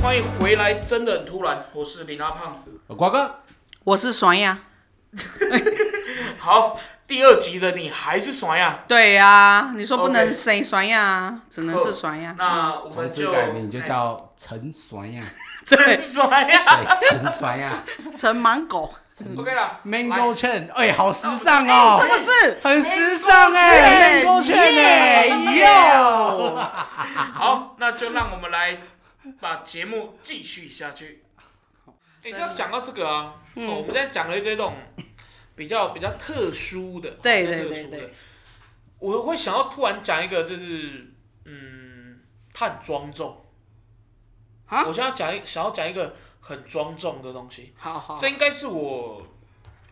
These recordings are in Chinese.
欢迎回来，真的很突然，我是林阿胖。瓜哥，我是爽呀，好，第二集的你还是爽呀？对呀、你说不 OK 能谁爽呀只能是爽呀。那我从们此就改名就 叫陈酸呀，真爽呀。 对，陈酸呀陈芒狗 OK 了，Mango Chen，哎，好时尚哦是，哎不是？很时尚哎 Mango ，Mango Chen， Chen 哎耶哎哟，好，那就让我们来把节目继续下去。哎、就要讲到这个啊，嗯哦我们现在讲了一堆这种比较比较特殊的，哦对比较对特对殊的对。我会想要突然讲一个，就是嗯，他很庄重。啊我现在讲一想要讲一个很庄重的东西，好好这，应该是我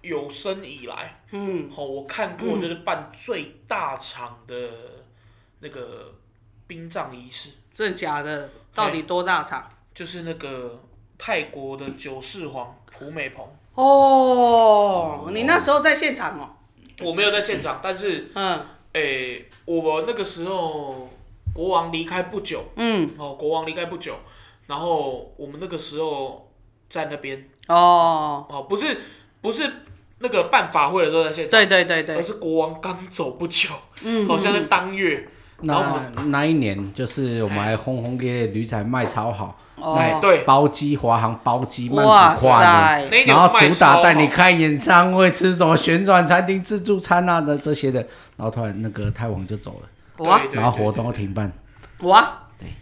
有生以来嗯，哦，我看过就是办最大场的那个殡葬仪式。真的假的？到底多大场？就是那个泰国的九世皇普美蓬，哦，你那时候在现场哦。我没有在现场，但是嗯诶、我那个时候国王离开不久，嗯，哦，国王离开不久，然后我们那个时候在那边，哦，哦，不是不是那个办法会的时候在现场，对对对而对，是国王刚走不久，嗯，好像是当月，然后我那那一年就是我们还轰轰烈烈，旅展卖超好，哦那对包机华航包机曼哇谷跨年。塞那，一年然后卖主打超带你好看演唱会，吃什么旋转餐厅、自助餐啊的这些的，然后突然那个泰王就走了，哇对对然后活动又停办，哇，对，啊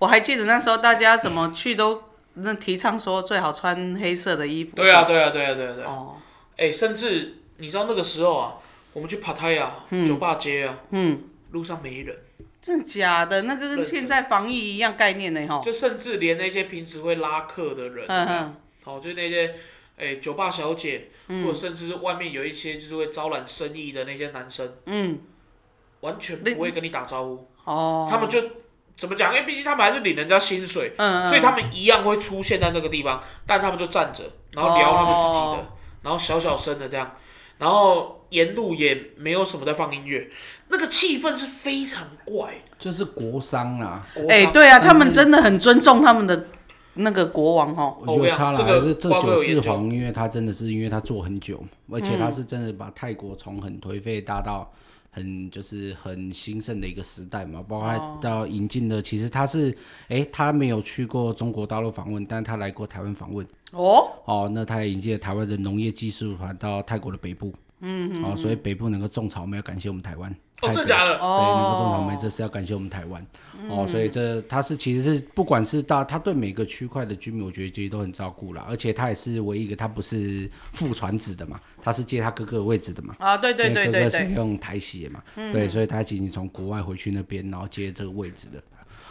我还记得那时候大家怎么去都那提倡说最好穿黑色的衣服。对啊，，对啊，对啊，对啊，对啊，哦，哎、甚至你知道那个时候啊，我们去帕泰啊，酒吧街啊，嗯，路上没人。真的假的？那个认跟真现在防疫一样概念呢，吼。就甚至连那些平时会拉客的人，嗯嗯，哦，就是那些哎、酒吧小姐，或者甚至是外面有一些就是会招揽生意的那些男生，嗯，完全不会跟你打招呼，哦，他们就怎么讲？因为毕竟他们还是领人家薪水，嗯，嗯所以他们一样会出现在那个地方，但他们就站着，然后聊他们自己的，哦然后小小声的这样，然后沿路也没有什么在放音乐，那个气氛是非常怪。就是国商啦、国哎、商对啊，他们真的很尊重他们的那个国王哦。我觉得差了，这个还是这瓜哥有九研世究皇，因为他真的是因为他做很久，而且他是真的把泰国从很颓废大到很就是很兴盛的一个时代嘛，包括到引进的，其实他是哎、他没有去过中国大陆访问，但他来过台湾访问。哦，哦，那他也引进了台湾的农业技术团到泰国的北部，嗯，哦，所以北部能够种草莓，要感谢我们台湾。哦，泰真国的假的？对，能够种草莓，哦，这是要感谢我们台湾、嗯哦。所以这他是其实是不管是到他对每个区块的居民，我觉得其实都很照顾啦。而且他也是唯一一个他不是父传子的嘛，他是接他哥哥的位置的嘛。啊，对对对因为对嗯哥哥是对，用台协嘛，对，所以他仅仅从国外回去那边，然后接这个位置的。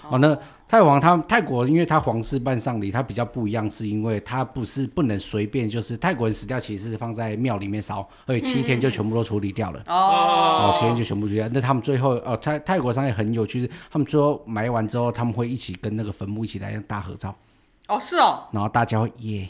哦，那泰王他泰国，因为他皇室办丧礼，他比较不一样，是因为他不是不能随便，就是泰国人死掉其实是放在庙里面烧，而且七天就全部都处理掉了。哦，哦，前面就全部出掉。那他们最后，哦，泰泰国商也很有趣，是他们最呃后埋完之后，他们会一起跟那个坟墓一起来大合照，哦是哦，然后大家会耶，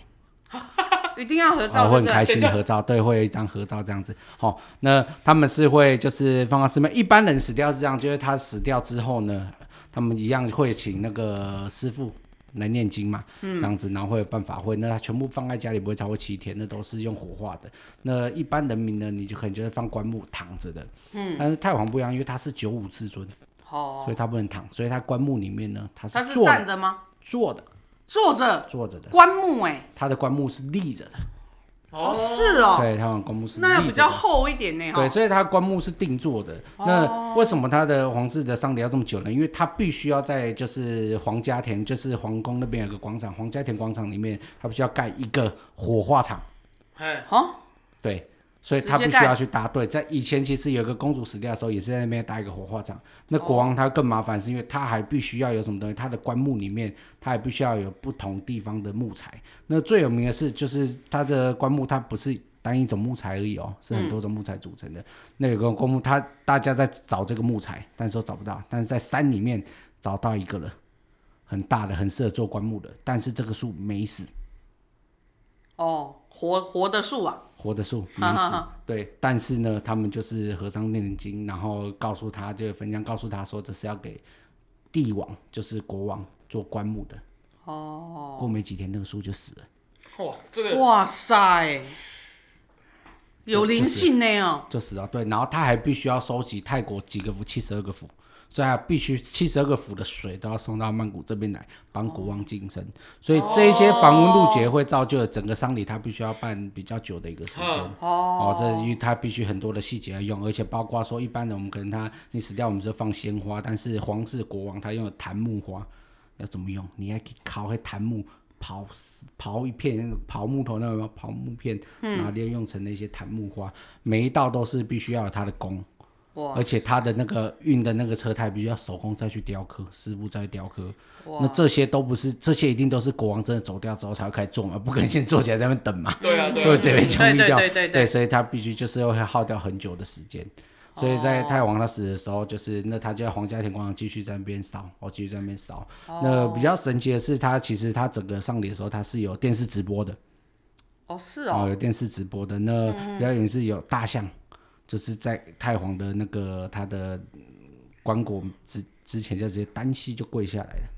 一定要合然照，后会呃对很不开对？心的合照，对，会有一张合照这样子。哦，那他们是会就是放到寺庙，一般人死掉是这样，就是他死掉之后呢，他们一样会请那个师傅。来念经嘛，这样子，然后会有办法会，那他全部放在家里不会超过七天，那都是用火化的。那一般人民呢，你就可能就是放棺木躺着的，嗯，但是太皇不一样，因为他是九五至尊，哦，所以他不能躺，所以他棺木里面呢，他他是是坐站着吗？坐的坐着，坐着的，棺木哎、他的棺木是立着的，哦哦，是哦，对，他的棺木是立那着比的。较厚一点呢、对，哈。所以他棺木是定做的。哦那为什么他的皇室的丧礼要这么久呢？因为他必须要在就是皇家田，就是皇宫那边有个广场，皇家田广场里面，他必须要盖一个火化场。哎，哦，对，所以他直必接须盖要去搭队。在以前，其实有一个公主死掉的时候，也是在那边搭一个火化场。那哦国王他更麻烦，是因为他还必须要有什么东西，他的棺木里面他还必须要有不同地方的木材。那最有名的是，就是他的棺木，它不是。单一种木材而已哦，是很多嗯种木材组成的。那有个棺木，他大家在找这个木材，但是都找不到，但是在山里面找到一个了，很大的，很适合做棺木的，但是这个树没死，哦，活活的树啊，活的树没哈哈死哈，对，但是呢，他们就是和尚念经，然后告诉他，就焚香告诉他说，这是要给帝王，就是国王做棺木的，哦，过没几天那个树就死了，哇，这个哇塞，有灵性呢哦，就死了。对，然后他还必须要收集泰国几个府，七十二个府，所以他必须七十二个府的水都要送到曼谷这边来帮国王晋升。所以这一些繁文缛节会造就了整个丧礼，他必须要办比较久的一个时间。嗯哦，这因为它必须很多的细节要用，而且包括说一般的我们可能他你死掉我们就放鲜花，但是皇室国王他用的檀木花要怎么用？你要去烤黑檀木。刨刨一片刨木头那个刨木片，然后利用成那些檀木花，每一道都是必须要有它的工，哇，而且它的那个运的那个车胎必须要手工再去雕刻，师傅再去雕刻。那这些都不是，这些一定都是国王真的走掉之后才会开始做嘛，不可能先做起来在那边等嘛。对啊 对会啊，直接枪毙掉，对对对对对所以他必须就是会耗掉很久的时间。所以在太皇他死的时候，就是那他就在皇家田广场继续在那边烧，哦，继续在那边烧。那比较神奇的是，他其实他整个上礼的时候，他是有电视直播的，哦是哦，哦，嗯有电视直播的。那比较有名是有大象，就是在太皇的那个他的棺椁之之前就直接单膝就跪下来了。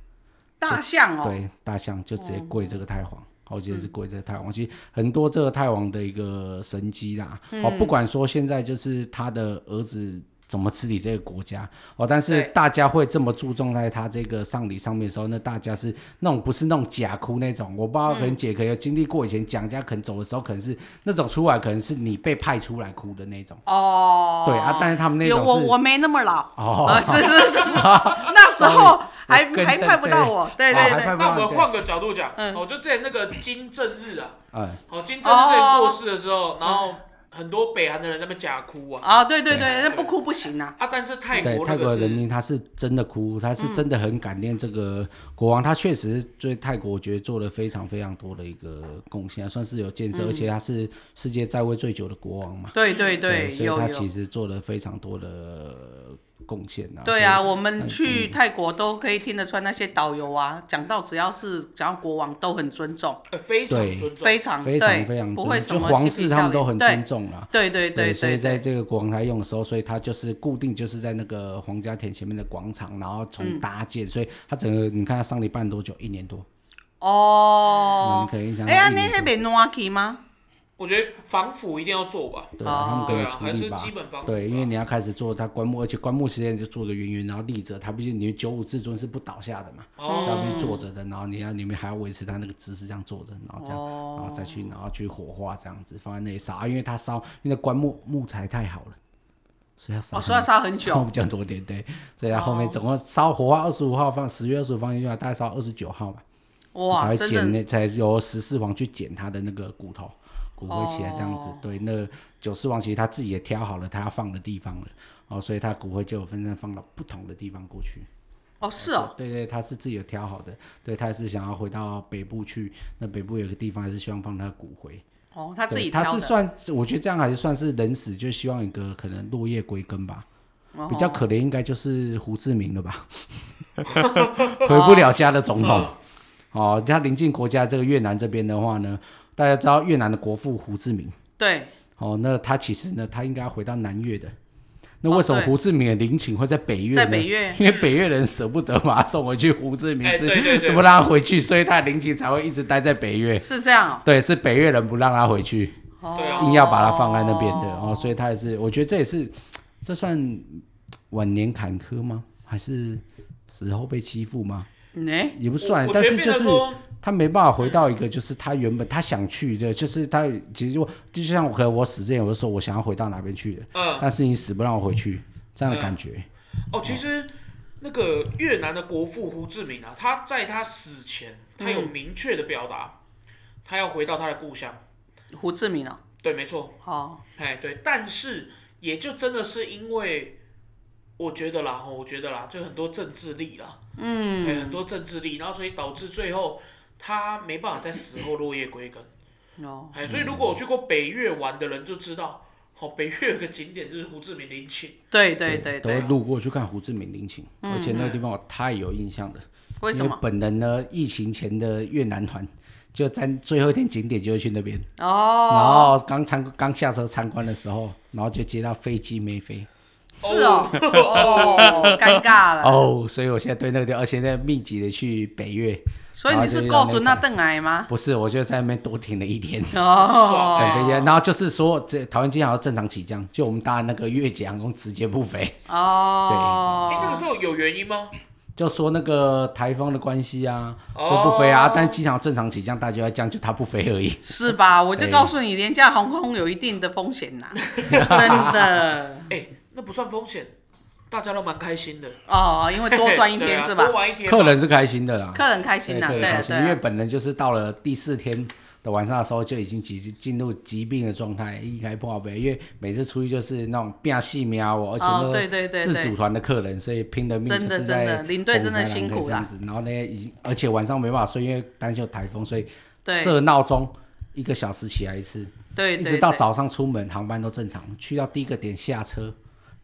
大象哦，对，大象就直接跪这个太皇，好、我记得是跪这个太皇。其实很多这个太皇的一个神迹啦，哦，不管说现在就是他的儿子。怎么治理这个国家哦？但是对大家会这么注重在他这个丧礼上面的时候，那大家是那种不是那种假哭那种，我不知道可能姐可能有经历过以前蒋家可能走的时候，可能是那种出来可能是你被派出来哭的那种，哦，对啊。但是他们那有种我是我没那么老哦啊，是是是 是，那时候还我更还正派不到对我，对哦对还对派，不那我们对换个角度讲，嗯哦，就之前那个金正日啊，嗯，哦，金正日之前过世的时嗯候，然后很多北韩的人在那边假哭啊，啊对对对对，那不哭不行啊，啊，但是泰对国那泰个国人是民，他是真的哭，他嗯是真的很感念这个国王，他确实对泰国我觉得做了非常非常多的一个贡献，算是有建嗯设，而且他是世界在位最久的国王嘛，对对对，所以有他有其。实做了非常多的贡献啊。对啊，我们去泰国都可以听得出来，那些导游啊，讲到只要是讲到国王都很尊重，呃非常对尊重，非所以常非对常非常不尊会重，什就么皇室嬉皮他们笑都脸很对尊重啦。对对对所以对在对，这个国王台用的时候，所以它就是固定就是在那个皇家田前面的广场，然后嗯从搭建，所以它整个你看它上礼办多久？一年多，那哦你，可以想。哎呀，那那边暖气吗？我觉得防腐一定要做吧，对啊，他们对可以啊，处还理是吧。基本防腐吧，对，因为你要开始做它棺木，而且棺木时间就做个圆圆，然后立着，它毕竟你九五至尊是不倒下的嘛，哦它必须坐着的，然后你要里面还要维持它那个姿势，这样坐着，然后这样，然后再去，然后去火化这样子放在那里烧，啊因为它烧，因为那棺木木材太好了。所以要烧哦很，所以要烧很久比较多点，对，所以它后面总共烧火化二十五号放十月二十五放进去，大概烧二十九号吧。才哇，会真捡的那才由十四王去捡他的那个骨头骨灰起来这样子。哦对，那九四王其实他自己也挑好了他要放的地方了，哦，所以他骨灰就有分散放到不同的地方过去。哦，是哦，对对，他是自己有挑好的，对他也是想要回到北部去。那北部有个地方还是希望放他的骨灰，哦，他自己对他挑是的，算，我觉得这样还是算是人死，就希望一个可能落叶归根吧。哦比较可怜应该就是胡志明了 吧，回不了家的总统。哦，他邻近国家这个越南这边的话呢，大家知道越南的国父胡志明。对，哦，那他其实呢，他应该要回到南越的。那为什么哦对胡志明的陵寝会在北越呢？在北越因为北越人舍不得把他送回去，胡志明哎是对对对是不让他回去，所以他的陵寝才会一直待在北越。是这样对，是北越人不让他回去。哦，对啊硬要把它放在那边的哦，所以他也是，我觉得这也是，这算晚年坎坷吗？还是死后被欺负吗？嗯哎，也不我算，我觉但得是变就成是说他没办法回到一个就是他原本他想去的，就是他其实我就像我可能我死之前我就说我想要回到哪边去的，嗯但是你死不让我回去，这样的感觉，哦，其实那个越南的国父胡志明啊，他在他死前，他有明确的表达，他要回到他的故乡。胡志明哦，对，没错，哦，哎，对，但是也就真的是因为，我觉得啦，吼我觉得啦，就很多政治力啦，嗯，很多政治力，然后所以导致最后他没办法在死后落叶归根。哦，哎，所以如果我去过北越玩的人就知道，哦，北越有个景点就是胡志明陵寝，对对对都会对，路过去看胡志明陵寝，嗯而且那个地方我太有印象了。为什因为么？本人呢，疫情前的越南团就在最后一天景点就会去那边。哦，然后刚参刚下车参观的时候，然后就接到飞机没飞，是哦，哦，尴尬了。哦，所以我现在对那个地方，而且在密集的去北越，所以你是够准那邓矮吗？不是，我就在那边多停了一天。哦爽很飞机，哦，然后就是说，这桃园机场要正常起降，就我们搭那个越捷航空直接不飞， 哦，哎，那个时候有原因吗？就说那个台风的关系啊，哦说不飞啊，但机场正常起降，大家要降，就它不飞而已。是吧？我就告诉你，廉价航空有一定的风 险呐、真的哎，那不算风险，大家都蛮开心的，哦，因为多赚一对天啊是吧多？玩一天嘛，客人是开心的啦，客人开心呐、对对啊客人开对心，因为对啊，本人就是到了第四天的晚上的时候，就已经急进入疾病的状态，一开不好背，因为每次出去就是那种变细瞄我，而且哦都对对对自对主团的客人，所以拼了命真的就是真的在领队真的火灾辛狼狈苦啊这样啦子，然后呢，已经而且晚上没办法睡，因为担心有台风，所以对设闹钟一个小时起来一次，对一对直到对早上出门，航班都正常。去到第一个点下车，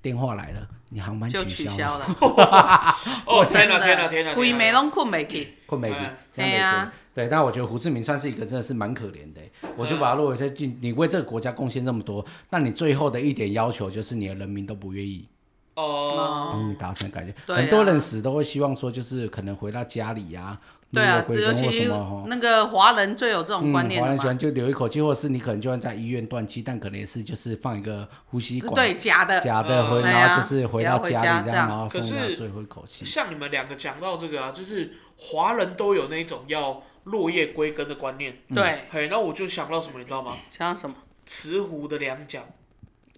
电话来了，你航班就取取消消了，了。哦，天真哪，的，天哪，天哪，鬼天哪啊没拢困没去，困美哎这样对的啊歌。对，但我觉得胡志明算是一个真的是蛮可怜的，嗯我就把他落为在进，你为这个国家贡献这么多，那你最后的一点要求就是你的人民都不愿意哦，帮你达成感觉，对啊很多人死都会希望说就是可能回到家里呀、啊，对落啊叶，归尤根或其什么哈。那个华人最有这种嗯，观华念人喜的嘛，欢就留一口气，或者是你可能就算在医院断气，但可能也是就是放一个呼吸管，对假的，假的回，嗯然后就是哎回呀到不要回家家里这样，哦样然后送可他是最后一口气。像你们两个讲到这个啊，就是华人都有那种要落叶归根的观念。嗯对，嘿，那我就想到什么，你知道吗？想什么？慈湖的两蒋，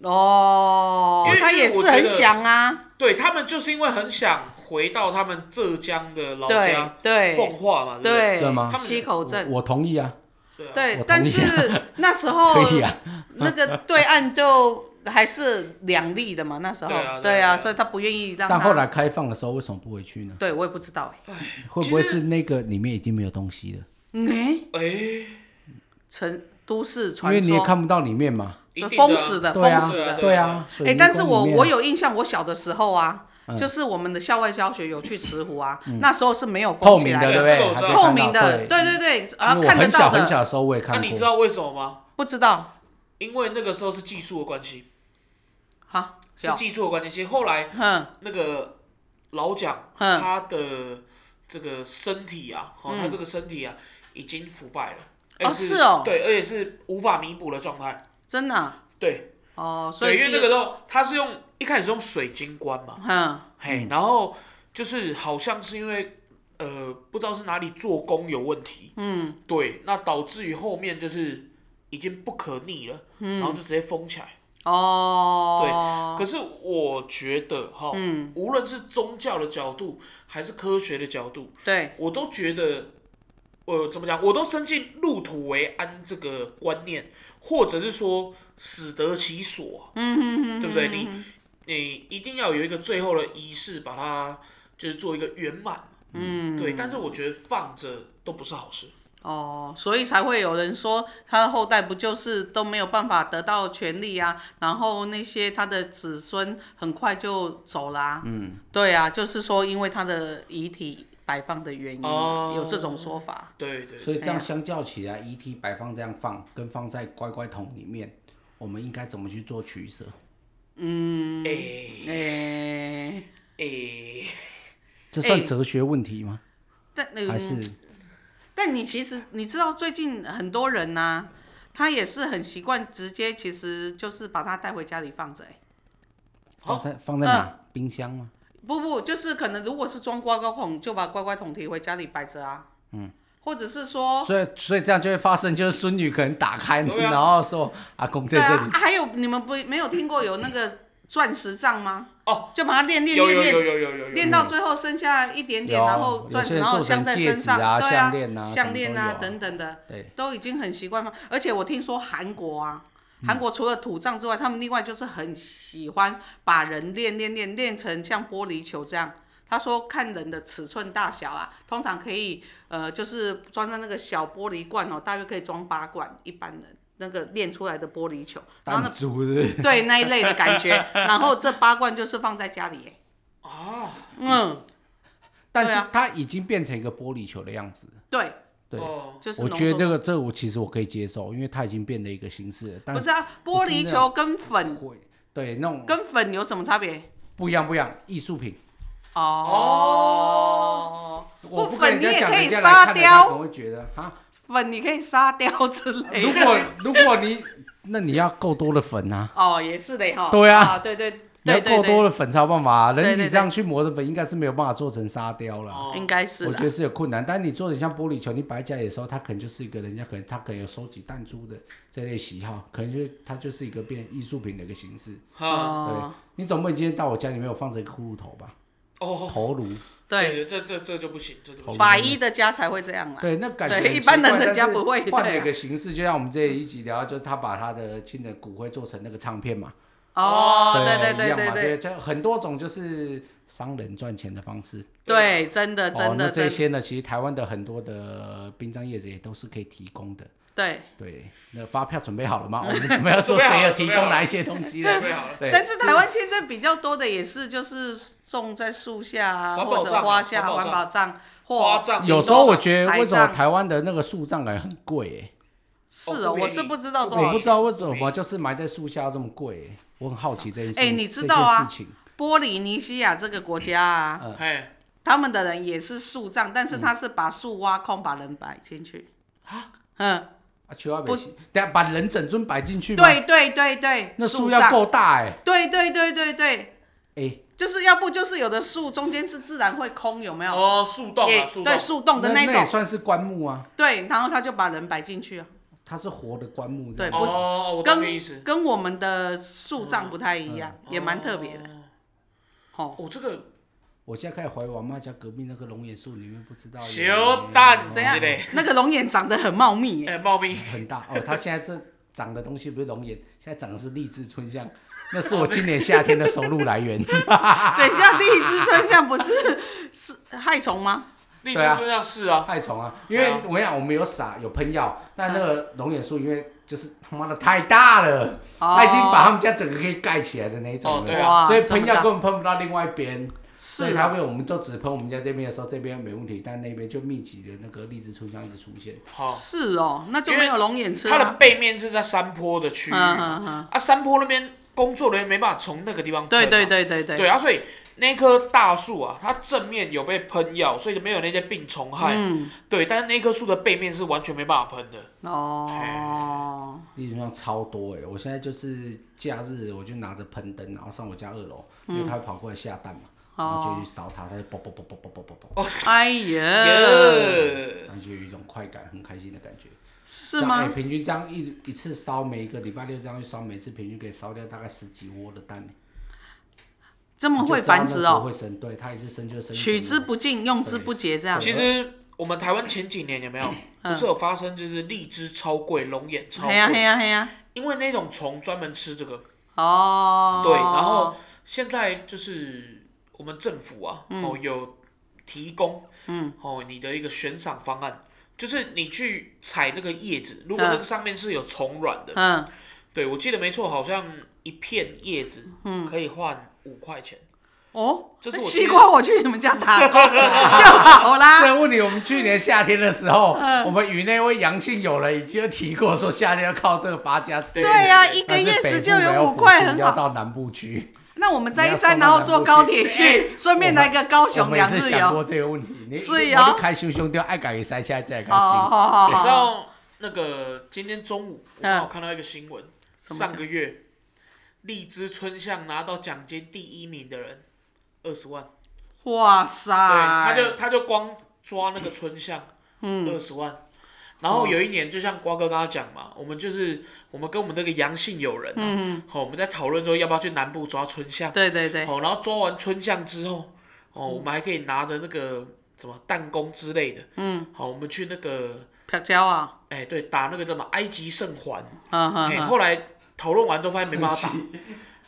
哦因为，他也我是觉很得想啊，对他们就是因为很想回到他们浙江的老对家对奉化嘛，对对这吗他，们溪口镇。我同意啊，不对？对啊，我同意啊对，但是 那时候可以啊，那个对岸就还是两立的嘛，那时候对啊对啊对对啊所以他不愿意让他。但后来开放的时候为什么不回去呢？对我也不知道哎、会不会其实是那个里面已经没有东西了？嗯哎，哎、成都市因传为你也说，看不到里面嘛。一定的啊封死的，对封啊死的，。对啊。嗯水哎、泥但是我工里面我有印象，我小的时候啊，就是我们的校外教学有去慈湖啊，那时候是没有嗯透封起明来的，这对个不我对？知道还可以透看明到的，对。对对对，啊，因为我看得很小到很的，小的时候我也那看你知过。道为什么吗？不知道因为那个时候是技术的关系，哈，是技术的关系。其实后来哼那个老蒋嗯他的这个身体啊，哦，他这个身体啊已经腐败了。哦而且是哦对，而且是无法弥补的状态。真的啊、对，哦，所对，以因为那个时候他是用一开始是用水晶棺嘛，哼嘿，然后就是好像是因为呃不知道是哪里做工有问题，嗯，对，那导致于后面就是已经不可逆了，嗯、然后就直接封起来。哦，可是我觉得哈，无论是宗教的角度还是科学的角度，对我都觉得，呃，怎么讲，我都深信入土为安这个观念，或者是说死得其所，嗯嗯嗯，对不对？你你一定要有一个最后的仪式，把它就是做一个圆满，嗯，对。但是我觉得放着都不是好事，哦，所以才会有人说他的后代不就是都没有办法得到权利啊，然后那些他的子孙很快就走啦、嗯，对啊，就是说因为他的遗体摆放的原因，哦有这种说法。对对。所以这样相较起来，ET 摆放这样放，跟放在乖乖桶里面，我们应该怎么去做取舍？嗯哎诶、哎，这算哲学问题吗？但那还是但你其实你知道，最近很多人呐、他也是很习惯直接，其实就是把它带回家里放着、欸。放在放在嗯哪？冰箱吗？不不，就是可能如果是装乖乖桶，就把乖乖桶提回家里摆着啊。嗯，或者是说，所以所以这样就会发生，就是孙女可能打开，对啊然后说阿公在对这啊里，，还有你们不没有听过有那个钻石杖吗？哦，就把它练练有练有有练有有有有，练到最后剩下一点点，有然后钻有些石，人然后做成镶在戒身指上，啊对项链啊项链什么啊都有啊等等的，对，都已经很习惯吗？而且我听说韩国啊。嗯韩国除了土葬之外，他们另外就是很喜欢把人练练练练成像玻璃球这样。他说看人的尺寸大小啊，通常可以呃，就是装在那个小玻璃罐哦，大约可以装八罐，一般人那个练出来的玻璃球，然后弹珠是不是对那一类的感觉。 然后这八罐就是放在家里耶，啊，嗯，但对是啊它已经变成一个玻璃球的样子了。对，对，哦就是我浓觉得缩这个这个我其实我可以接受，因为它已经变得一个形式了。但不是啊，不是玻璃那球跟粉会对，那种跟粉有什么差别？不一样不一样，艺术品。哦，我不不跟人粉你家也讲，可以人家沙来看的他雕可能会觉得哈。 粉你可以沙雕之类如的。果如果你那你要够多的粉啊，哦，也是的哈。对啊对对你要对对够多对，的粉才有办法、啊。对对人对体这样去磨的粉，应该是没有办法做成沙雕了。哦应该是我觉的。得是有困难，但你做的像玻璃球，你摆家里的时候，它可能就是一个人家可能他可能有收集弹珠的这类喜好，可能就它就是一个变艺术品的一个形式。哈对哦，，你总不能今天到我家里面我放着一个骷髅头吧？哦，头颅，对，这这这就不行，这就不行。法医的家才会这样啦。对，那感觉对很一奇般的怪人但家是不会对换了一啊个形式，就像我们这一集聊，就是他把他的亲人骨灰做成那个唱片嘛。哦，对对一对样对嘛，对对，这很多种就是商人赚钱的方式。对，真的哦真，那的这真的些呢，其实台湾的很多的殡葬业者也都是可以提供的。对。对，那发票准备好了 吗？我们准备要准说备好了谁有提准备好供了哪一些东西准的？备好了，对，但是台湾现在比较多的也是就是种在树下啊，环或保者葬啊花下、环环保保葬花或葬有时候我觉得海为什么葬台湾的那个树葬感很贵、是哦哦，不便宜我是不知道欸？多我不少钱。知道为什么就是埋在树下要这么贵、欸，我很好奇这件事。欸你知道啊这件事情波利尼西亚这个国家啊，哎，他们的人也是树葬，但是他是把树挖空，把人摆进去。嗯，啊，去外不面洗，等下把人整尊摆进去吗？，对对对对，那树要葬。够大哎、对对对对对，欸、哎、就是要不就是有的树中间是自然会空，有没有？哦，树洞也啊，树洞对，树洞的那也种。算是棺木啊，对，然后他就把人摆进去啊。它是活的棺木这对样。不是哦，我懂你意思嗯跟。跟我们的树葬不太一样，也蛮特别的。哦，哦，这个我现在开始怀疑我妈家隔壁那个龙眼树里面不知道有小蛋等一下之类，那个龙眼长得很茂密 耶，哎，猫咪，很大哦，它现在这长的东西不是龙眼，现在长的是荔枝春香，那是我今年夏天的收入来源。等一下，第一只春象不是是害虫吗？荔枝对啊春像是啊，害虫啊，因为我跟你讲，我们有撒有喷药，但那嗯个龙眼树因为就是他妈的太大了，哦它已经把他们家整个给盖起来的那一种哦了，对啊所以喷这么大药根本喷不到另外一边。所以是它啊，被我们就只喷我们家这边的时候，这边没问题，但那边就密集的那个荔枝春香一直出现。好，是哦，那就没有龙眼吃它的了。背面是在山坡的区域，嗯嗯嗯，啊，山坡那边工作人员没办法从那个地方喷对嘛对对对对对，啊，所以那棵大树啊，它正面有被喷药，所以没有那些病虫害。嗯，对，但是那棵树的背面是完全没办法喷的。哦，荔枝春香超多哎、我现在就是假日我就拿着喷灯，然后上我家二楼，因嗯为它会跑过来下蛋嘛，然后就去烧它，它就啵啵啵啵啵啵啵啵，哎呀，耶然后就有一种快感，很开心的感觉。是这样吗欸？平均这样一一次烧，每一个礼拜六这样去烧，每次平均可以烧掉大概十几窝的蛋、欸。这么会繁殖不哦，会生，对，它一次生就生一取整之窝不尽，用之不竭，这样。其实我们台湾前几年有没有，不是有发生就是荔枝超贵、龙眼超嗯嘿呀嘿贵，呀嘿呀，因为那种虫专门吃这个。哦，对，然后现在就是我们政府啊，嗯哦有提供，嗯，哦你的一个悬赏方案，就是你去采那个叶子，如果那个上面是有虫卵的，嗯，对我记得没错，好像一片叶子，嗯，可以换五块钱。哦，这是那我西今天瓜我去你们家 打工就好啦。这问题，我们去年夏天的时候，嗯我们与那位阳性友人已经提过，说夏天要靠这个发家致对富。对呀、对一个但是叶北子部就没有有五块，补助很要好。到南部去。那我们摘一你要摘，送到然后南坐部高去铁 去，顺便来个高我雄们也两是日想游。过这个问题，你是你哦我就开修兄弟爱改塞下再开好哦好心。好好你知好，道那个今天中午我嗯刚好看到一个新闻，什么上个月荔枝春项拿到奖金第一名的人二十万，哇塞！对，他哎就他就光抓那个春象，嗯，二十万。然后有一年，就像瓜哥刚刚讲嘛，我们就是我们跟我们那个阳性友人、啊，嗯，好、我们在讨论说要不要去南部抓春象，对对对，哦，然后抓完春象之后，哦，我们还可以拿着那个什么弹弓之类的，嗯，好、我们去那个，飘胶啊，哎，对，打那个叫什么埃及圣环，嗯哼哎，哼，后来讨论完都发现没办法打，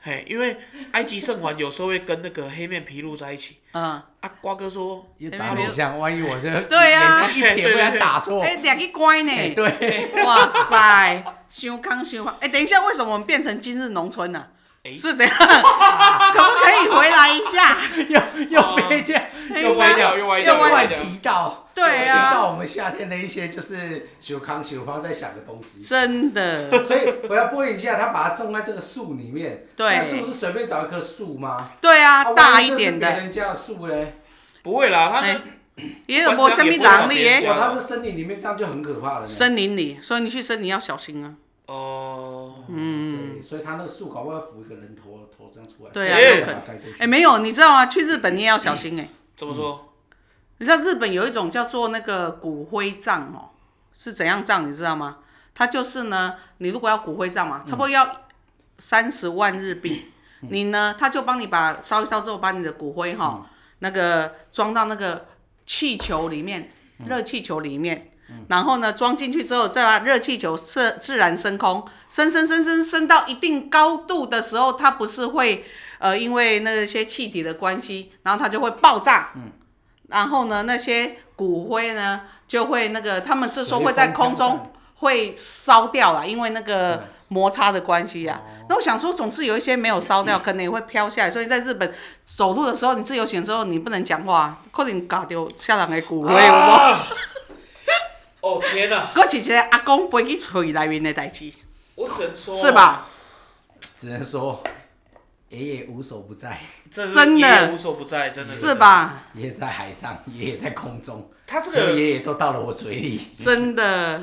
哎，因为埃及圣环有时候会跟那个黑面琵鹭在一起，嗯，啊，瓜哥说又打你像，万一我这对啊眼睛一瞥被他打错，哎，两个乖哎呢，对，哇塞，修康修康，哎，等一下，为什么我们变成今日农村呢？诶是怎样？可不可以回来一下？又哦又飞掉，又歪掉，又歪掉，又突歪然掉。提到，对啊提到我们夏天的一些就是小康小芳在想的东西。真的，所以我要播一下，他把它种在这个树里面。对那树是随便找一棵树吗？对啊，啊大万一这是点别的，人家的树嘞，不会啦，他哎那也有无什么人力哎耶。哇，它是森林里面，这样就很可怕了呢。森林里，所以你去森林要小心啊。哦，嗯，所以它那个树搞不好要扶一个人头头这样出来，对啊所以有把可它盖过去哎、没有，你知道吗？去日本你也要小心哎、怎么说？你知道日本有一种叫做那个骨灰葬哦，是怎样葬？你知道吗？它就是呢，你如果要骨灰葬嘛，差不多要三十万日币，你呢，他就帮你把烧一烧之后，把你的骨灰哈、那个装到那个气球里面，热气球里面。然后呢，装进去之后，再把热气球自自然升空，升升升升升到一定高度的时候，它不是会呃，因为那些气体的关系，然后它就会爆炸。然后呢，那些骨灰呢就会那个，他们是说会在空中会烧掉啦，因为那个摩擦的关系呀、啊。那我想说，总是有一些没有烧掉，可能也会飘下来。所以在日本走路的时候，你自由行的时候，你不能讲话，可能搞丢下人的骨灰有无？啊哦天哪，搁是一个阿公飞去嘴内面的代志，我只能说是？吧？只能说爷爷无所不在，这是真爷的爷无所不在，真的是？吧？爷爷在海上，爷爷在空中，他这所有个爷爷都到了我嘴里。真的，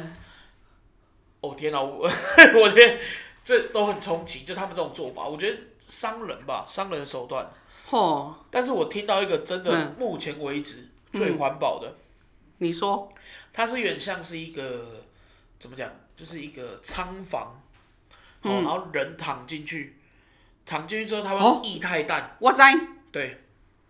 哦天哪，我 我觉得这都很冲击，就他们这种做法，我觉得伤人吧，伤人手段。嚯！但是我听到一个真的嗯目前为止最环保的，你说它是有点像是一个怎么讲，就是一个仓房，嗯哦，然后人躺进去，躺进去之后它会哦用液态氮，我知，对，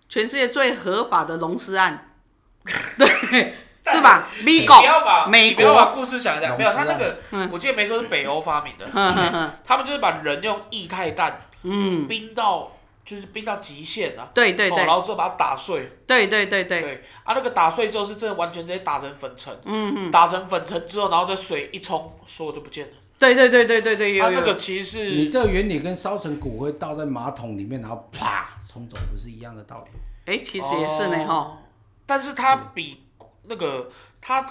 全世界最合法的龙尸案， 对，是吧？你美不国，要把美你不要把国，故事想一想，龙没有，丝它那啊个嗯我记得没错是北欧发明的，哼哼哼，他们就是把人用液态氮，嗯，冰到就是冰到极限啊， 对对哦，对然后之后把它打碎，对对对对，对，啊，那个打碎之后是真的完全直接打成粉尘，嗯嗯，打成粉尘之后，然后再水一冲，所有都不见了。对对对对对对，有它啊有那有个其实你是这个原理跟烧成骨灰倒在马桶里面，然后啪冲走，不是一样的道理？哎、其实也是呢，哈、哦但是它比那个它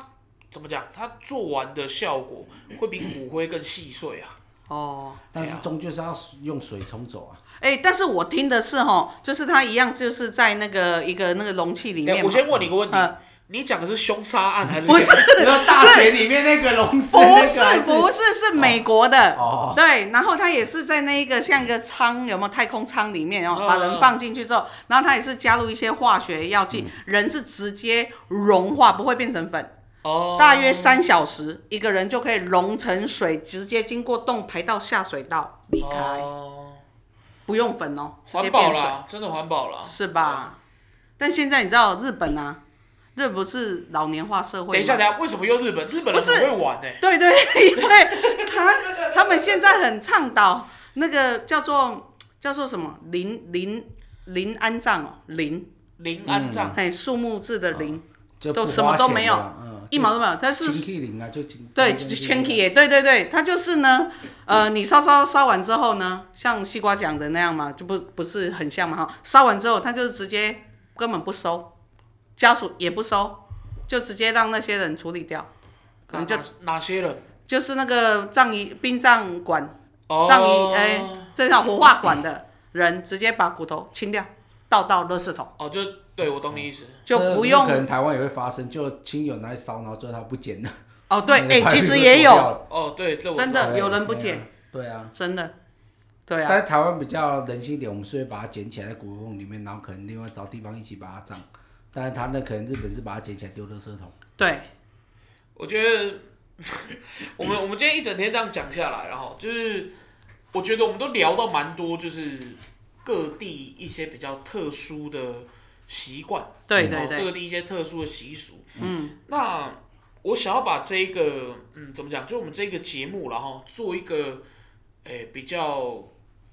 怎么讲，它做完的效果会比骨灰更细碎啊。哦，但是终究是要用水冲走啊。哎、但是我听的是哈，就是它一样，就是在那个一个那个容器里哎面嘛，我先问你一个问题嗯，你讲的是凶杀案还是不是你说 大学里面那个 龙狮，啊不那是个还不是是美国的，哦对，然后它也是在那一个像一个舱有没有太空舱里面，然嗯后嗯把人放进去之后，然后它也是加入一些化学药剂，人是直接融化，不会变成粉。哦，大约三小时，一个人就可以溶成水，直接经过洞排到下水道离开，哦，不用粉哦，直接环保变水。啦，真的环保啦。是吧？但现在你知道日本啊，日本不是老年化社会吗？等一下，等一下，为什么又日本？日本人不是很会玩呢、对对，因为他他们现在很倡导那个叫做叫做什么林林林安葬哦，林，林安葬、嘿，树木制的林，就都不什么花都钱没的有啦嗯，一毛都没有，但亲是。戚零啊，就亲对，亲就戚千零体耶，对对对，它就是呢，呃，你烧烧烧完之后呢，像西瓜讲的那样嘛，就不不是很像嘛哈，烧完之后，它就是直接根本不收，家属也不收，就直接让那些人处理掉，可能就哪哪些人？就是那个葬仪殡葬馆哦，葬仪哎，这叫火化馆的人直接把骨头清掉，倒到垃圾桶，哦，就对我懂你意思。就这不有用可能台湾也会发生，就亲友拿来烧，然后最后他不捡了。哦。对，那个哎、牌其子实就也破掉有，了，哦，对，这我真知道的对有人不对啊捡，对啊。真的，对啊，但是台湾比较人性一点，我们是会把它捡起来在骨灰瓮里面，然后可能另外找地方一起把它葬。但是他那可能日本是把它捡起来丢垃圾桶。对，我觉得我们我们今天一整天这样讲下来，然后就是我觉得我们都聊到蛮多，就是各地一些比较特殊的习惯，对然对后对，各地一些特殊的习俗。嗯，那我想要把这一个嗯怎么讲，就我们这个节目，然后做一个诶、比较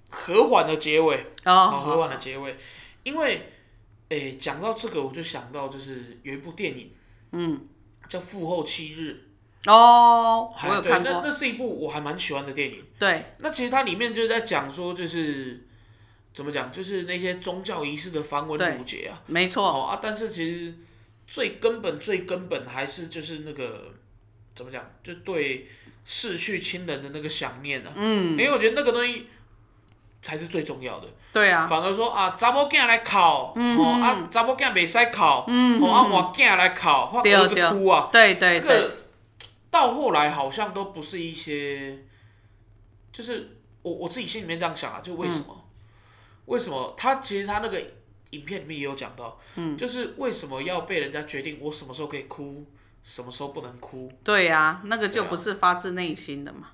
和缓的结尾。好，和哦，缓的结尾，因为，诶，讲到这个，我就想到就是有一部电影，嗯，叫《父后七日》，哦，我有哎对，看那过，那是一部我还蛮喜欢的电影。对，那其实它里面就是在讲说，就是怎么讲，就是那些宗教仪式的繁文缛节啊。没错，哦啊，但是其实最根本、最根本还是就是那个怎么讲，就对逝去亲人的那个想念啊。嗯，因为我觉得那个东西才是最重要的。对啊，嗯反而说啊，查某囝来哭，哦啊，查某囝袂使哭，哦啊，换囝来哭，换对儿子对哭啊。对对这对，个到后来好像都不是一些，就是我我自己心里面这样想啊，就为什么？嗯为什么他其实他那个影片里面也有讲到，嗯，就是为什么要被人家决定我什么时候可以哭，什么时候不能哭？对啊，那个就对啊不是发自内心的嘛，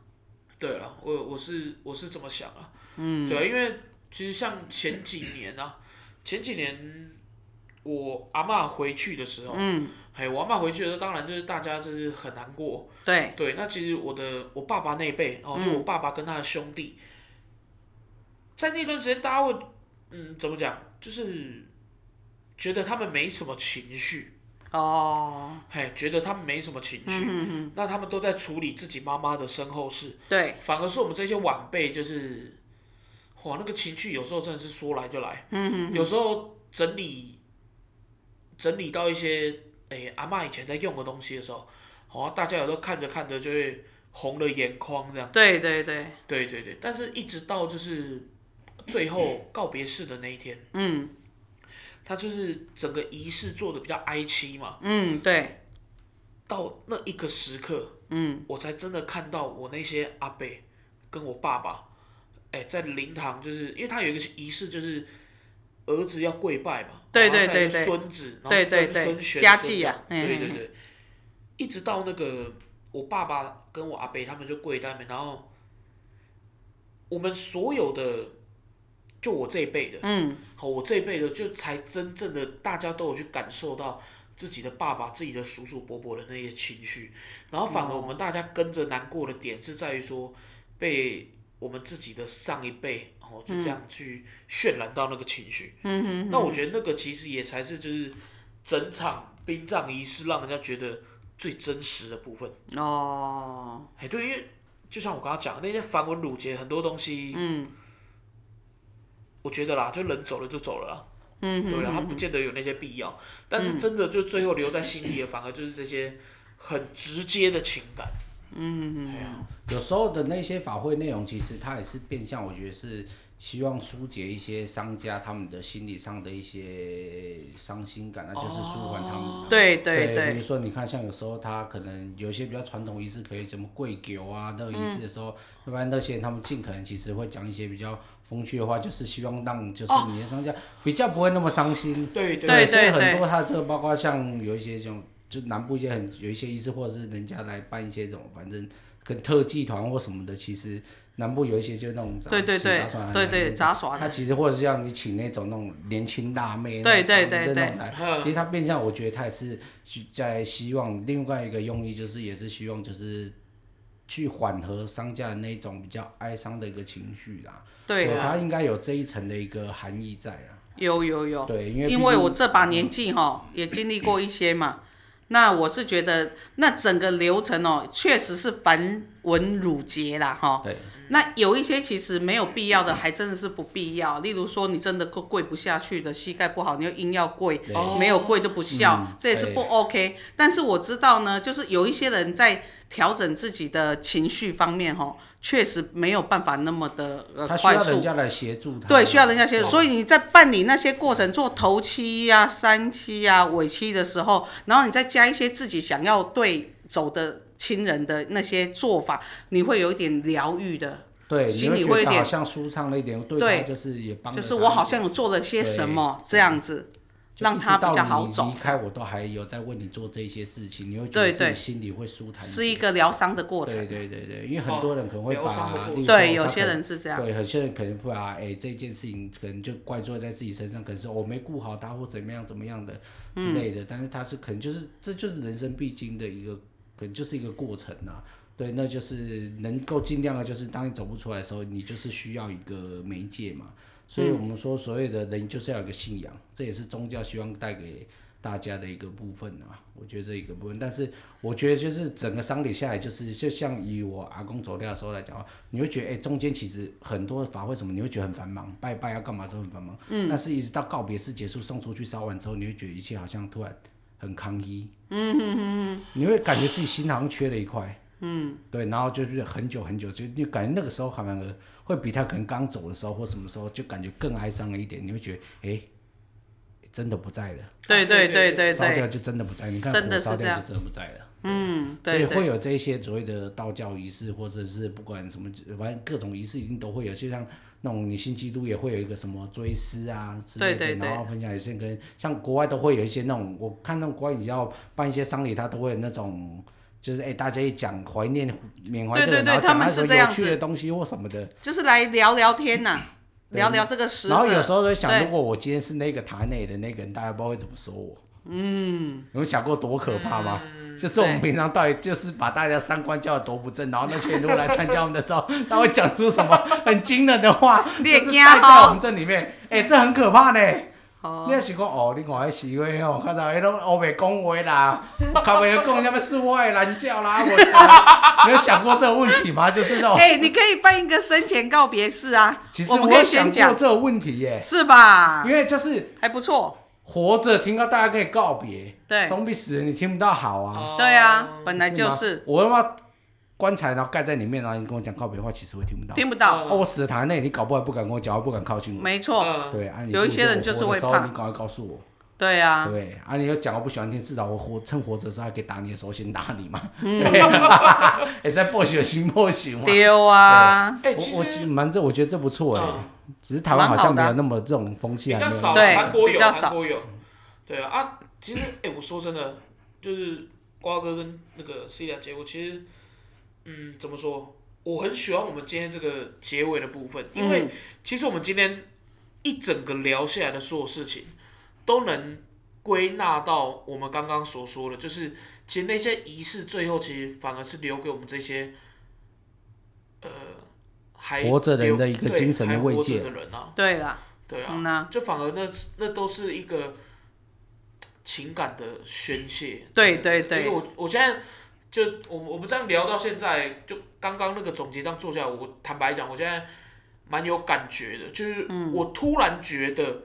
对了，我我是我是这么想啊，嗯，对啊，因为其实像前几年啊，前几年我阿嬷回去的时候，嗯，嘿，我阿嬷回去的时候，当然就是大家就是很难过，对，对，那其实我的我爸爸那一辈哦，就我爸爸跟他的兄弟，在那段时间，大家会嗯怎么讲，就是觉得他们没什么情绪，哦，嗯嘿，觉得他们没什么情绪，那他们都在处理自己妈妈的身后事，对，反而是我们这些晚辈，就是哇，那个情绪有时候真的是说来就来，有时候整理整理到一些诶、阿嬷以前在用的东西的时候，好、啊，大家有时候看着看着就会红了眼眶这样，对对对，对对对，但是一直到就是最后告别式的那一天，嗯他就是整个仪式做的比较哀凄嘛，嗯，对，到那一个时刻，嗯，我才真的看到我那些阿伯跟我爸爸，哎、在灵堂，就是因为他有一个仪式，就是儿子要跪拜嘛，对然后再对来对对孙子，然后对对曾孙对玄家孙祭嘛啊嘿对嘿对嘿对，一直到那个我爸爸跟我阿伯他们就跪在那边，然后我们所有的，就我这一辈的，嗯，好，我这一辈的就才真正的大家都有去感受到自己的爸爸、自己的叔叔伯伯的那些情绪，然后反而我们大家跟着难过的点是在于说被我们自己的上一辈哦就这样去渲染到那个情绪，嗯哼那我觉得那个其实也才是就是整场殡葬仪式让人家觉得最真实的部分。哦，哎，对，因为就像我刚刚讲的那些繁文缛节，很多东西，嗯，我觉得啦，就人走了就走了啦，嗯，对啦，他不见得有那些必嗯要，但是真的就最后留在心里的，反而就是这些很直接的情感，嗯哎呀，有时候的那些法会内容，其实它也是变相，我觉得是希望疏解一些商家他们的心理上的一些伤心感，那就是舒缓他们的。对对比对如说你看，像有时候他可能有一些比较传统仪式，可以什么跪酒啊，那个仪式的时候，会发现那些人他们尽可能其实会讲一些比较风趣的话，就是希望让就是你的商家比较不会那么伤心。对对哦对所以很多他这个包括像有一些这种，就南部一些很有一些仪式，或者是人家来办一些这种，反正跟特技团或什么的，其实南部有一些就那种杂对对警对杂耍很对难对弄杂耍他的，其实或者是像你请那种那种年轻辣妹，那对种对大陆这对种对来嗯其实他变相我觉得他也是去在希望另外一个用意，就是也是希望就是去缓和商家的那一种比较哀伤的一个情绪啦。对啊，他应该有这一层的一个含义在啊。有有有，对，因为因毕为竟我这把年纪哈、也经历过一些嘛。那我是觉得，那整个流程哦，确实是繁文缛节啦，哈、对那有一些其实没有必要嗯的，还真的是不必要。例如说，你真的跪跪不下去的，膝盖不好，你又硬要跪，对没有跪就不笑，嗯这也是不 OK。但是我知道呢，就是有一些人在调整自己的情绪方面，哈，确实没有办法那么的呃他需快要速人。家来协助他，对，需要人家协助。对所以你在办理那些过程，做头期呀、三期呀、尾期的时候，然后你再加一些自己想要对走的亲人的那些做法，你会有一点疗愈的，对，心你里会会觉有得好点像舒畅了一点，对对他就是也帮了他一点，就是我好像有做了些什么这样子，就让一直他比到较你好走离，开我都还有在为你做这些事情，你会觉得对自己对心里会舒坦是一一点个疗伤的过程对。对对对，因为很多人可能会哦疗伤的把，过例如说对，有他些可能人是这样。对，有些人可能会把哎、这件事情可能就怪罪在自己身上，可能是我没顾好他或怎么样怎么样的嗯之类的，但是他是可能就是这就是人生必经的一个，可能就是一个过程啊。对，那就是能够尽量的，就是当你走不出来的时候，你就是需要一个媒嗯介嘛。所以我们说，所谓的人就是要有一个信仰，这也是宗教希望带给大家的一个部分啊，我觉得这一个部分，但是我觉得就是整个丧礼下来，就是就像以我阿公走掉的时候来讲话，你会觉得哎、中间其实很多法会什么，你会觉得很繁忙，拜拜要干嘛都很繁忙，嗯，但是一直到告别式结束送出去烧完之后，你会觉得一切好像突然很康一，嗯哼哼哼，你会感觉自己心好像缺了一块，嗯，对，然后就是很久很久，就就感觉那个时候反而会比他可能刚走的时候或什么时候就感觉更哀伤了一点，你会觉得哎、真的不在了。对对对对烧掉对，就真的不在，你看真的火是烧这掉样就真的不在了。嗯，所以对会对，有这一些所谓的道教仪式，或者是不管什么，反正各种仪式一定都会有。就像那种你信基督也会有一个什么追思啊之类的，对对对然后分享有些跟像国外都会有一些那种，我看那种国外你要办一些丧礼，他都会有那种。就是哎、大家一讲怀念缅怀这个对对人，对然后他讲们那是种这样有趣子的东西或什么的，就是来聊聊天呐、对聊聊这个死然后有时者。候在想，对如果我今天是那个塔内的那个人，大家不知道会怎么说我。嗯，有没有想过多可怕吗？嗯就是我们平常到底就是把大家三观教的多不正，然后那些人如果来参加我们的时候，他会讲出什么很惊人的话， 你也就是惊带在吼我们这里面，哎、这很可怕呢。哦你也想讲哦，你看迄是会吼，较早迄种黑白讲话啦，较袂讲什么是我的蓝教啦，我操！你有想过这个问题吗？就是 那种，哎、你可以办一个生前告别式啊，其实我们可有以想先过讲，这个问题耶，是吧因？为就是还不错，活着听到大家可以告别，对总比死了你听不到好啊。哦对啊，本来就吗是我他妈棺材然后盖在里面，然后你跟我讲告别话，其实会听不到。听不到，嗯哦，我死了躺在那里，你搞不好不敢跟我讲话，不敢靠近我。没错，嗯对啊，你有一些人就是会如果我活的时候怕你赶快告诉我。对啊，对啊，你又讲我不喜欢听，至少我活趁活着的时候还可以打你的时候先打你嘛。嗯对，也是在报血腥报行嘛。丢啊，哎、其我我其实实蛮这，我觉得这不错哎嗯，只是台湾好像没哦蛮好的啊有那么这种风气，比还没较有少啊，对韩国比有，较少韩国有，对啊啊，其实哎、我说真的，就是瓜哥跟那个 Celia 结果，其实嗯，怎么说，我很喜欢我们今天这个结尾的部分，因嗯为其实我们今天一整个聊下来的所有事情，都能归纳到我们刚刚所说的，就是其实那些仪式最后其实反而是留给我们这些，呃，还活着人的一个留对精神的还慰活藉着的人啊，对啦，对啊，嗯呐、就反而那那都是一个情感的宣泄。对对对因为我我现在就我我们这样聊到现在，就刚刚那个总结这样做下来，我坦白讲，我现在蛮有感觉的，就是嗯我突然觉得，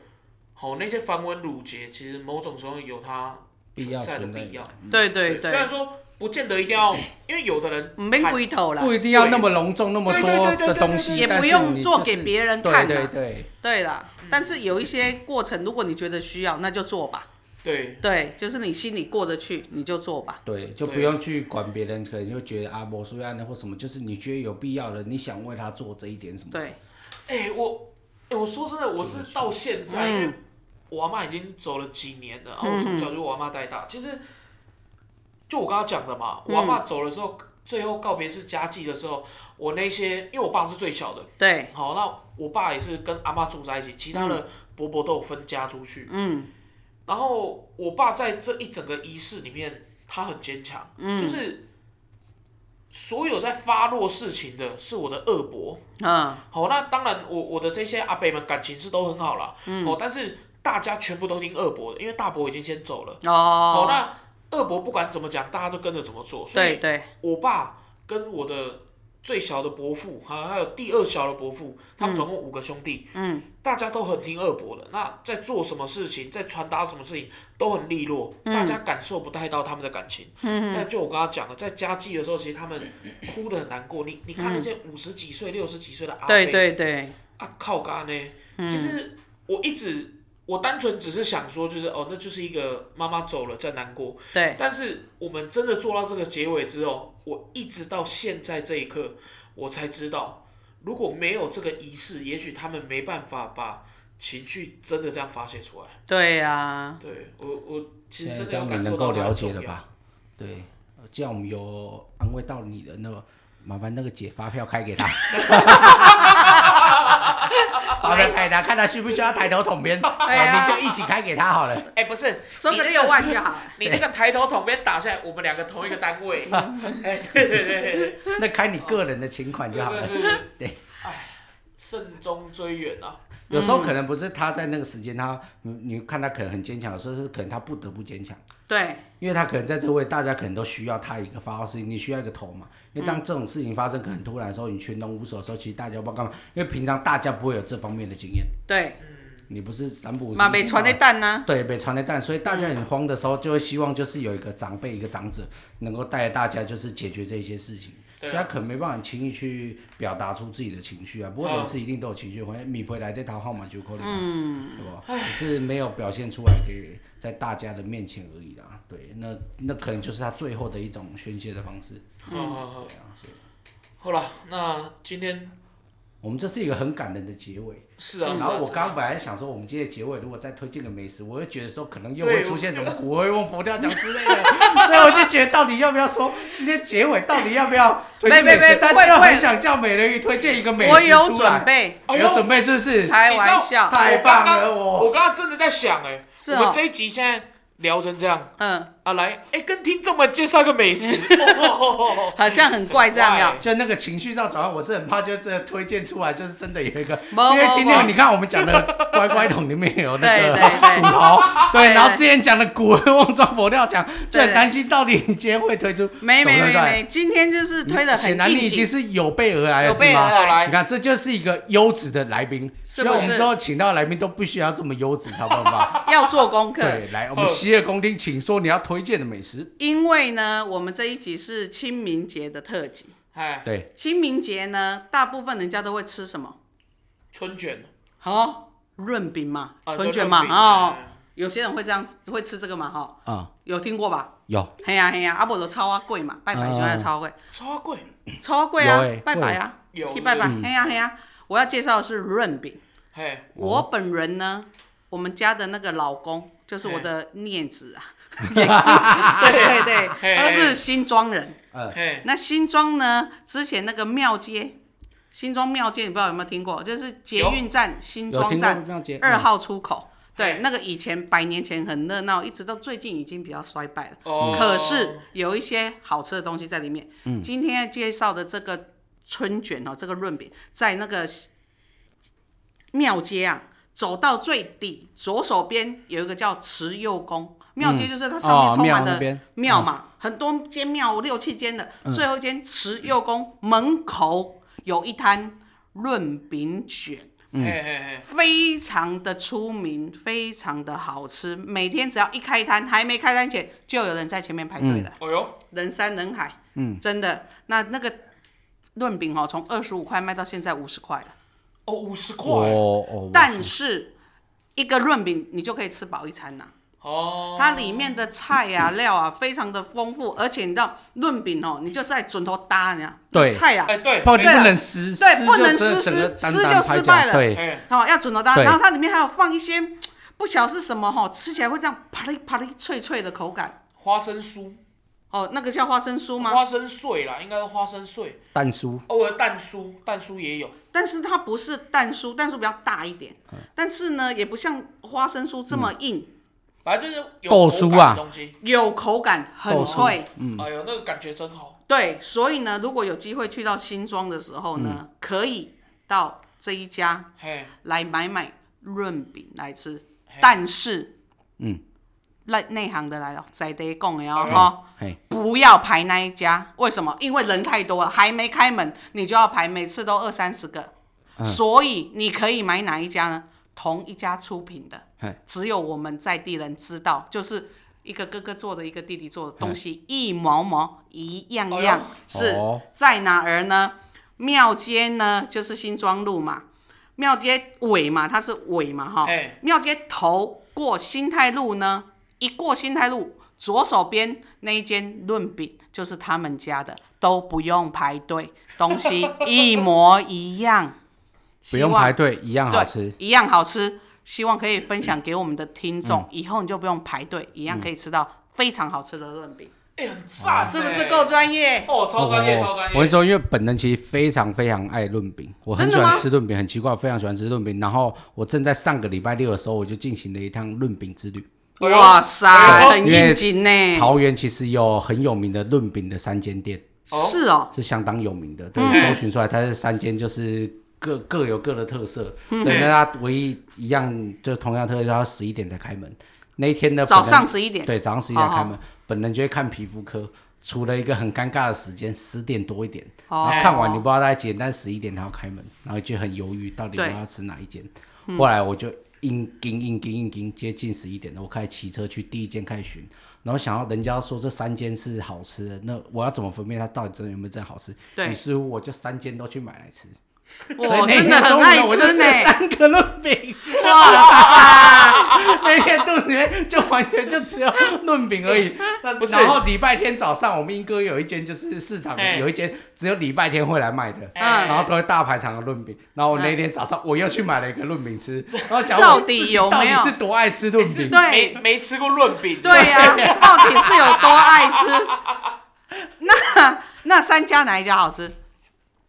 好、那些繁文缛节，其实某种时候有它必要存在的存在必要。对对虽然对，说不见得一定要，因为有的人唔免看龟头啦不，一定要那么隆重、那么多的东西，也不但是用你做就是给别人看对对啦，对，对啦，但是有一些过程，如果你觉得需要，那就做吧，对对，就是你心里过得去，你就做吧，对，就不用去管别人，可能就觉得啊，魔术案的或什么，就是你觉得有必要的，你想为他做这一点什么。对，哎、我哎、我说真的，我是到现在，因嗯为我阿妈已经走了几年了，然后我从小就我阿妈带大。其实，就我刚刚讲的嘛，我阿妈走的时候，最后告别式家祭的时候，我那些因为我爸是最小的，对，好，那我爸也是跟阿妈住在一起，其他的伯伯都有分家出去。嗯，然后我爸在这一整个仪式里面，他很坚强，就是所有在发落事情的是我的二伯。嗯，好，那当然我，我的这些阿伯们感情是都很好啦。嗯。哦，但是大家全部都听二伯的，因为大伯已经先走了。好、哦，那二伯不管怎么讲，大家都跟着怎么做。所对以，对，我爸跟我的最小的伯父，还还有第二小的伯父，他们总共五个兄弟，嗯，大家都很听二伯的。那在做什么事情，在传达什么事情都很利落，嗯大家感受不太到他们的感情。嗯。但就我刚刚讲的，在家祭的时候，其实他们哭得很难过。你你看那些五十几岁、六十几岁的阿伯。嗯对对对，啊靠干呢？嗯其实我一直我单纯只是想说，就是哦，那就是一个妈妈走了在难过。对，但是我们真的做到这个结尾之后，我一直到现在这一刻，我才知道，如果没有这个仪式，也许他们没办法把情绪真的这样发泄出来。对啊呀，对我，我其现实真在这的有样你感受能到够它了的解重了要？吧？对，呃既然我们有安慰到你的，那么麻烦那个姐发票开给 他，发票开给他，看他需不需要抬头捅边，呀哎，你就一起开给他好了。哎、不是，收个你六万就好了，你那个抬头筒边打下来，我们两个同一个单 位。哎、对对对对，那开你个人的请款就好了。是是是，对哎，慎终追远啊。有时候可能不是他在那个时间，他你你看他可能很坚强，有时候是可能他不得不坚强，对，因为他可能在这位大家可能都需要他一个发号施令，你需要一个头嘛。因为当这种事情发生可能突然的时候，你群龙无首的时候，其实大家不知道干嘛，因为平常大家不会有这方面的经验，对，你不是三不五时嘛被传的蛋啊呢、对，被传的蛋，所以大家很慌的时候，就会希望就是有一个长辈、一个长者能够带着大家，就是解决这些事情。所对啊以他可能没办法轻易去表达出自己的情嗯绪啊，不过人是一定都有情绪，回来米回来对他号码就扣了，嗯，对吧？只是没有表现出来给在大家的面前而已啦。对，那那可能就是他最后的一种宣泄的方式。好好好，对啊，所以好了，那今天我们这是一个很感人的结尾。是嗯啊，嗯然是后啊我是啊刚刚本来想说，我们今天的结尾如果再推荐个美食，我会觉得说可能又对会出现什 么骨灰瓮、佛跳墙之类的，所以我就觉得到底要不要说今天结尾到底要不要推荐没美 没没食？但不会是又不会很想叫美人鱼推荐一个美食我有出来准，备，哎有呦准备是不是？开玩笑，太棒了我！我我刚刚真的在想、哎，是我们哦这一集现在聊成这样嗯，啊，来，哎、跟听众们介绍个美食，哦好像很怪这样呀。就那个情绪上转换，我是很怕，就这推荐出来，就是真的有一 个，没因为没今没天你看我们讲的乖乖桶里面有那个 对对骨头，对，对然后之前讲的骨灰瓮装佛跳墙，就对很担心到底你今天会推出没没什么没出来没，今天就是推的很显然你应已经景，是有备而来了，有备是吗而来好来你看，这就是一个优质的来宾，是所以我不们是之后请到来宾都必须要这么优质，好不 好？要做功课。对，来，我们洗耳恭听，请说你要推荐的美食。因为呢，我们这一集是清明节的特辑。哎，对，清明节呢，大部分人家都会吃什么？春卷，好、润饼嘛，啊春卷嘛，对润饼哦嗯，有些人会这样会吃这个嘛，哈，啊，有听过吧？有嘿呀嘿呀，阿伯都超啊贵嘛，拜拜喜嗯欢超啊贵，超贵，超啊贵啊有欸，拜拜啊，有去拜拜，嗯嘿呀嘿呀，我要介绍的是润饼。嘿，哦我本人呢，我们家的那个老公就是我的念子啊， 啊 对对嘿对，是新庄人。呃，嘿，那新庄呢，之前那个庙街，新庄庙街，你不知道有没有听过？就是捷运站新有庄听过嗯站这样接二号出口。嘿对，那个以前百年前很热闹，一直到最近已经比较衰败了。嗯哦，可是有一些好吃的东西在里面。今天要介绍的这个春卷哦，这个润饼，在那个庙街啊，走到最底，左手边有一个叫慈幼宫庙街，就是它上面哦充庙满那了边嗯庙嘛，很多间庙六七间的，最后一间慈幼宫门口有一摊润饼卷。嘿，嘿嘿非常的出名，非常的好吃。每天只要一开摊，还没开摊前就有人在前面排队了，嘿，哎呦，人山人海。嗯，真的。那那个润饼哦，从二十五块卖到现在五十块了，哦，五十块，哦哦但是一个润饼你就可以吃饱一餐呐、哦，它里面的菜啊、料啊非常的丰富，而且你知道润饼哦，你就是在准头搭呢，对菜啊，哎，对，不你对不了能失，对失不就能真的失整个失单失单就拍失脚败了对，哎，哦，要准头搭，对然后它里面还有放一些不晓得是什么哈、哦，吃起来会这样啪哩啪哩脆脆的口感。花生酥，哦，那个叫花生酥吗？花生碎啦，应该是花生碎，蛋酥哦，我的蛋酥，蛋酥也有，但是它不是蛋酥，蛋酥比较大一点，但是呢，也不像花生酥这么硬，反正就是有豆口酥感啊的东西，有口感，豆酥很脆。哎呦，那个感觉真好，对，所以呢，如果有机会去到新庄的时候呢，可以到这一家嘿，来买买润饼来吃嘿。但是，嗯，内内行的来了，在地讲的哦，哎哈、嘿，不要排那一家，为什么？因为人太多了，还没开门你就要排，每次都二三十个，所以你可以买哪一家呢？同一家出品的嘿，只有我们在地人知道，就是一个哥哥做的，一个弟弟做的东西一毛毛一样哎样，呦是哦在哪儿呢？庙街呢，就是新庄路嘛，庙街尾嘛，它是尾嘛哈哎，庙街头过新泰路呢，一过新泰路，左手边那一间润饼就是他们家的，都不用排队，东西一模一样， 不希用望排队，一样好吃对。，一样好吃。希望可以分享给我们的听嗯众，以后你就不用排队，一样可以吃到非常好吃的润饼，哎，很炸，是不是够？专业？哦，超专业，哦超专我跟你业，说，因为本人其实非常非常爱润饼，我很喜真的欢吗吃润饼，很奇怪，我非常喜欢吃润饼。然后我正在上个礼拜六的时候，我就进行了一趟润饼之旅。哎呦哇塞，哎呦很应景呢。桃园其实有很有名的润饼的三间店，哦是哦，嗯是相当有名的，对，搜寻出来它是三间，就是各各有各的特色，嗯对，那它唯一一样就同样的特色，它十一点才开门。那一天呢，早本人上十一点，对早上十一点哦开门，本人就会看皮肤科，除了一个很尴尬的时间，十点多一点，然哦后看完你不知道大概几点，但十一点他要开门，然后就很犹豫到底我对要吃哪一间。嗯后来我就硬盯硬盯硬盯，接近十一点了，我开始骑车去第一间开始寻，然后想要人家说这三间是好吃的，那我要怎么分辨它到底真的有没有真的好吃？对于是乎我就三间都去买来吃，所以我那真的天中很午爱我就吃吃了呢。三个润饼。哇塞！ 那天肚子里面就完全就只有论饼而 已。不是然后礼拜天早上，我们英哥有一间就是市场哎有一间只有礼拜天会来卖的，嗯哎然后都会大排长的论饼。然后我那天早上我又去买了一个论饼吃，然后想我到底自己有到没底有哎是多爱吃论饼？对没没吃过润饼，对呀、到底是有多爱吃？ 那那三家哪一家好吃？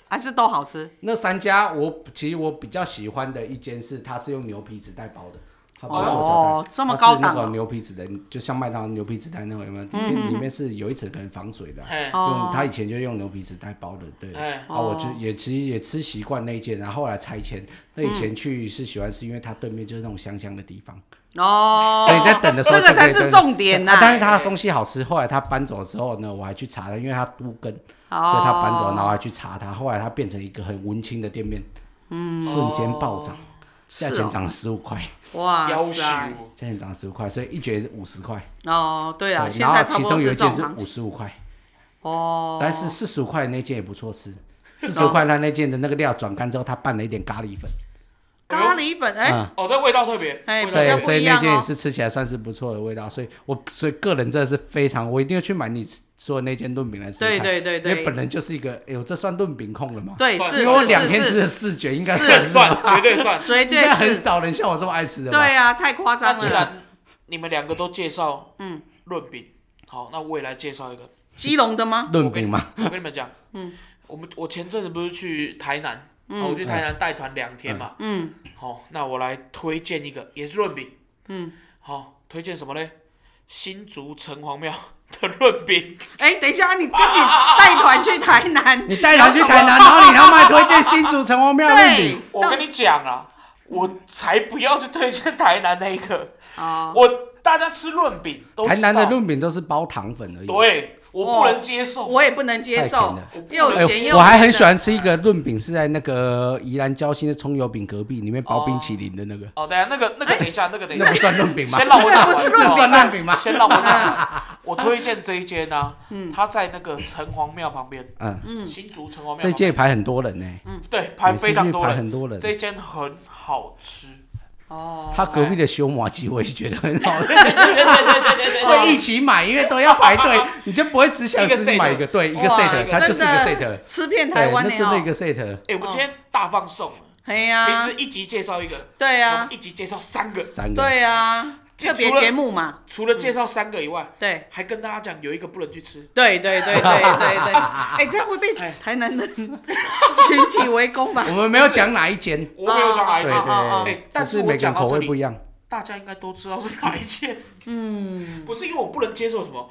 还是都好吃？那三家我其实我比较喜欢的一间是它是用牛皮纸袋包的。它不是塑胶袋哦这么高它档哦嗯是那种牛皮纸的，就像麦当劳牛皮纸袋那种，有没有？里面里面是有一层可能防水的啊、哎哦用他以前就用牛皮纸袋包的，对。哎啊，我就哦也其实也吃习惯那一件，然后后来拆迁。那以嗯前去是喜欢，是因为它对面就是那种香香的地方，哦，所以在等的时候这个就才可以是在那重点呐、啊但是它的东西好吃。后来他搬走之后呢，我还去查了，因为他都更，所以他搬走，然后哦，还去查他。后来他变成一个很文青的店面，嗯，瞬间暴涨，价是钱哦涨了十五块，要哇求塞！价钱涨了十五块，所以一卷五十块。哦，对啊，对，现然后在差其不多中有一是这件是种行五情。十五块。哦，但是四十五块那件也不错吃，四十五块它那件的那个料转干之后，它拌了一点咖喱粉，咖喱粉，哎、嗯，哦，但味道特别，哎味道比较对，不所以一那样件也哦是吃起来算是不错的味道，所以我所以个人真的是非常，我一定要去买你说的那件炖饼来吃吃看，对对对因为本对，人就是一个，哎呦，这算炖饼控了吗？对算是因为我两是天是吃是，了四卷，应该是算算算绝对算。 绝 应该很对是，少人像我这么爱吃的吧？对啊，太夸那张既了。然你们两个都介绍，嗯，润饼，好，那我也来介 绍一个。基隆的吗？论饼 嘛，我跟你们讲，嗯，我们我前阵子不是去台南，好我去台南带团两天嘛，嗯，好，那我来推荐一个，也是润饼，嗯，好，推荐什么嘞？新竹城隍庙 的润饼，哎、等一下，你跟你带团去台 南，你带团去台南，有什么然后你他妈推荐新竹城隍庙论饼对，，我跟你讲啊，我才不要去推荐台南那一个，哦，我大家吃润饼都知道台南的论饼都是包糖粉而已。对，我不哇能接受，我也不能接受太甜了，又哎、咸又、我还很喜。欢吃一个润饼，是在那个宜兰交心的葱油饼隔壁，里面包冰淇淋的那个，哦，等一下那个那个等一下，那个等一那下不，算润饼吗？先让我 那打不完是，那算润饼吗？啊先让我讲完。我推荐这一间呢，它在那个城隍庙旁边，嗯，新竹城隍庙这旁一边，届排很多人呢、对，排每次非常去多排人，很多人。这一间很好吃。哦，他隔壁的修麻鸡我也觉得很好 吃，对啊对对对对 哦对，会一起买，因为都要 排队，你就不会只想自己买一个，对，一个哇 set，它就是一个真 set，的对，吃遍台湾那呢、真的一哦，个 set，哎，我们今天大放送，嘿平呀、时一集介绍一个，啊对啊我呀、们一集介绍三个，三个。对呀，这特别除了节目嘛，除了介绍三个以外，对。还跟大家讲有一个不能去吃，对对对对对 对，哎、这样会被哎台南人 群起围攻吧我？们没有讲哪一间，我没有讲哪一对间对，哦哦对哎，但只是是我每个人讲到口这味不里，一样。大家应该都知道是哪一间。嗯，不是因为我不能接受什么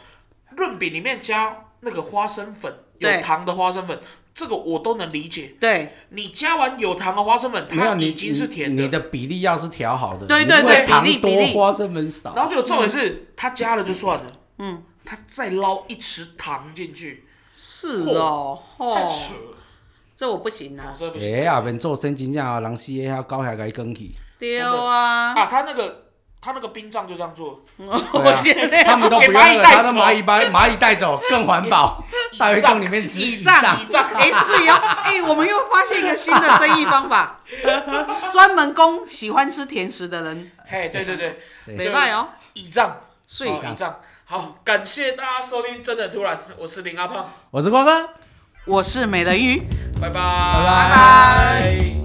润饼里面加那个花生粉，对有糖的花生粉，这个我都能理解。对你加完有糖的花生粉，没有它你已经是甜你的。你的比例要是调好的，对你对不会对糖比例比多例花生粉然少，后就重点是，它加了就算了，嗯，它再捞一匙糖进去，是哦，太哦，扯了，这我不行我啊，真的不行。哎呀，免做生真正啊，人死的遐高下该更 去，丢啊！ 啊，他那个他那个冰杖就这样做，我现在他们都不用给蚂蚁了，带他都走蚂蚁把蚂蚁带走更环 保，带回仗洞里面吃倚蚁仗仗。倚仗， 哎、是哟，哎、我们又发现一个新的生意方法，专门供喜欢吃甜食的人，嘿，对对对，对，没办哦，倚仗，所以好倚仗。好，感谢大家收听，真的突然，我是林阿胖，我是光哥，我是美人鱼。拜拜，拜拜。